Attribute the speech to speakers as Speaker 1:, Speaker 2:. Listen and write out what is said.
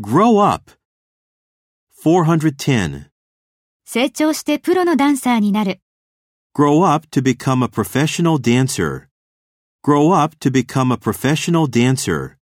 Speaker 1: Grow up. 410.
Speaker 2: 成長してプロのダンサーになる。
Speaker 1: Grow up to become a professional dancer. Grow up to become a professional dancer.